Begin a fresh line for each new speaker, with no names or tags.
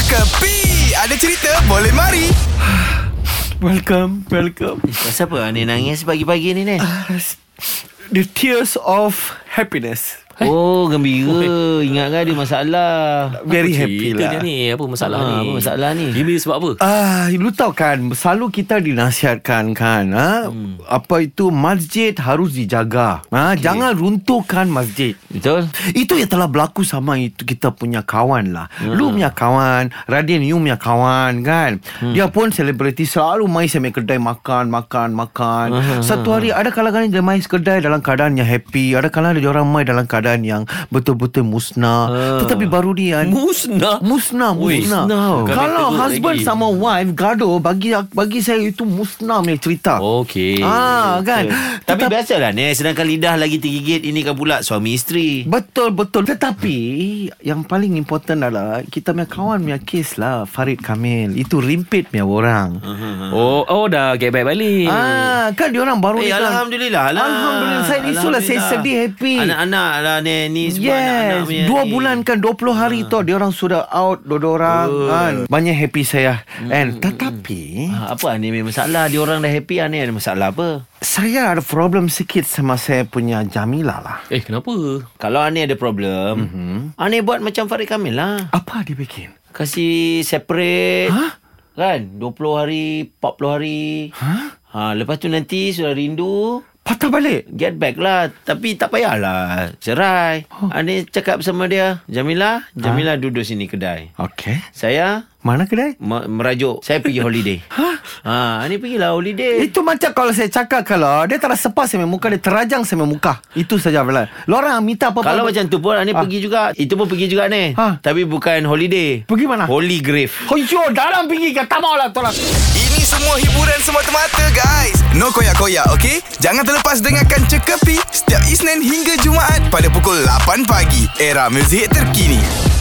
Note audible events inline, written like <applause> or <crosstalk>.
Kepi Ada cerita boleh mari
Welcome, welcome.
Pasal apa ni nangis pagi-pagi ni ni?
The tears of happiness.
Oh gembira Ingatkan ada masalah
Very happy
Cerita dia
lah.
ni Apa masalah
Ah,
ni
apa masalah ni?
Gembira sebab apa
Ah, lu tahu kan, selalu kita dinasihatkan kan, ha?
Hmm.
apa itu masjid harus dijaga. Ha? Jangan runtuhkan masjid.
Betul?
Itu yang telah berlaku sama itu kita punya kawan lah. Hmm. Lu punya kawan, Radin you punya kawan kan. Hmm. Dia pun selebriti selalu mai sampai kedai makan, makan, makan. Hmm. Satu hari ada kalanya dia mai kedai dalam keadaan yang happy, ada kalanya dia orang mai dalam keadaan yang betul-betul musnah. Hmm. Tetapi baru dia
Musnah
Musnah,
Ui,
musnah.
musnah. Bukan
Kalau
kata
husband
lagi.
sama wife gaduh, bagi bagi saya itu musnah punya cerita.
Okey
Ah, kan.
Tapi
Tetapi-
biasalah ni Sedangkan lidah lagi tergigit Ini kan pula suami isteri
Betul betul Tetapi Yang paling important adalah Kita punya kawan punya kes lah Farid Kamil Itu rimpit punya orang
Uh-huh.
Oh oh dah get back balik
Ah, Kan diorang baru ni
Eh
kan-
Alhamdulillah lah
Alhamdulillah Saya itulah saya
Alhamdulillah.
sedih happy
Anak-anak lah ni Ni sebab anak-anak
Yes
punya
Dua
ni. Ah.
bulan kan 20 hari tau Diorang sudah out Dua-dua orang kan Banyak happy saya
Hmm.
And Tetapi
Ah, Apa ni masalah Dia orang dah happy ah, ni Ada masalah apa
Saya ada problem sikit Sama saya punya Jamila lah
Eh kenapa
Kalau Ani ada problem
Mhm.
mm-hmm. Ani buat macam Farid Kamil lah
Apa dia bikin?
Kasih separate
Hah?
Kan 20 hari 40 hari
Hah?
ha, Lepas tu nanti Sudah rindu
Patah balik
Get back lah Tapi tak payahlah Cerai oh. Ani cakap sama dia Jamila Jamila ha? duduk sini kedai
Okay
Saya
Mana kedai?
me- merajuk Saya pergi
<laughs>
holiday ha, Ani pergilah holiday
Itu macam kalau saya cakap kalau dia tak sepas sama muka dia terajang sama muka. Itu saja belah. Lorang minta apa-apa.
Kalau macam tu pun Ani
Ah.
pergi juga Itu pun pergi juga ni
Ah.
Tapi bukan holiday
Pergi mana?
Holy grave
Hoyo dalam pinggir ke tak maulah tolak.
Ini semua hiburan semata-mata guys No koyak-koyak ok Jangan terlepas dengarkan Cekapi Setiap Isnin hingga Jumaat Pada pukul 8 pagi Era muzik terkini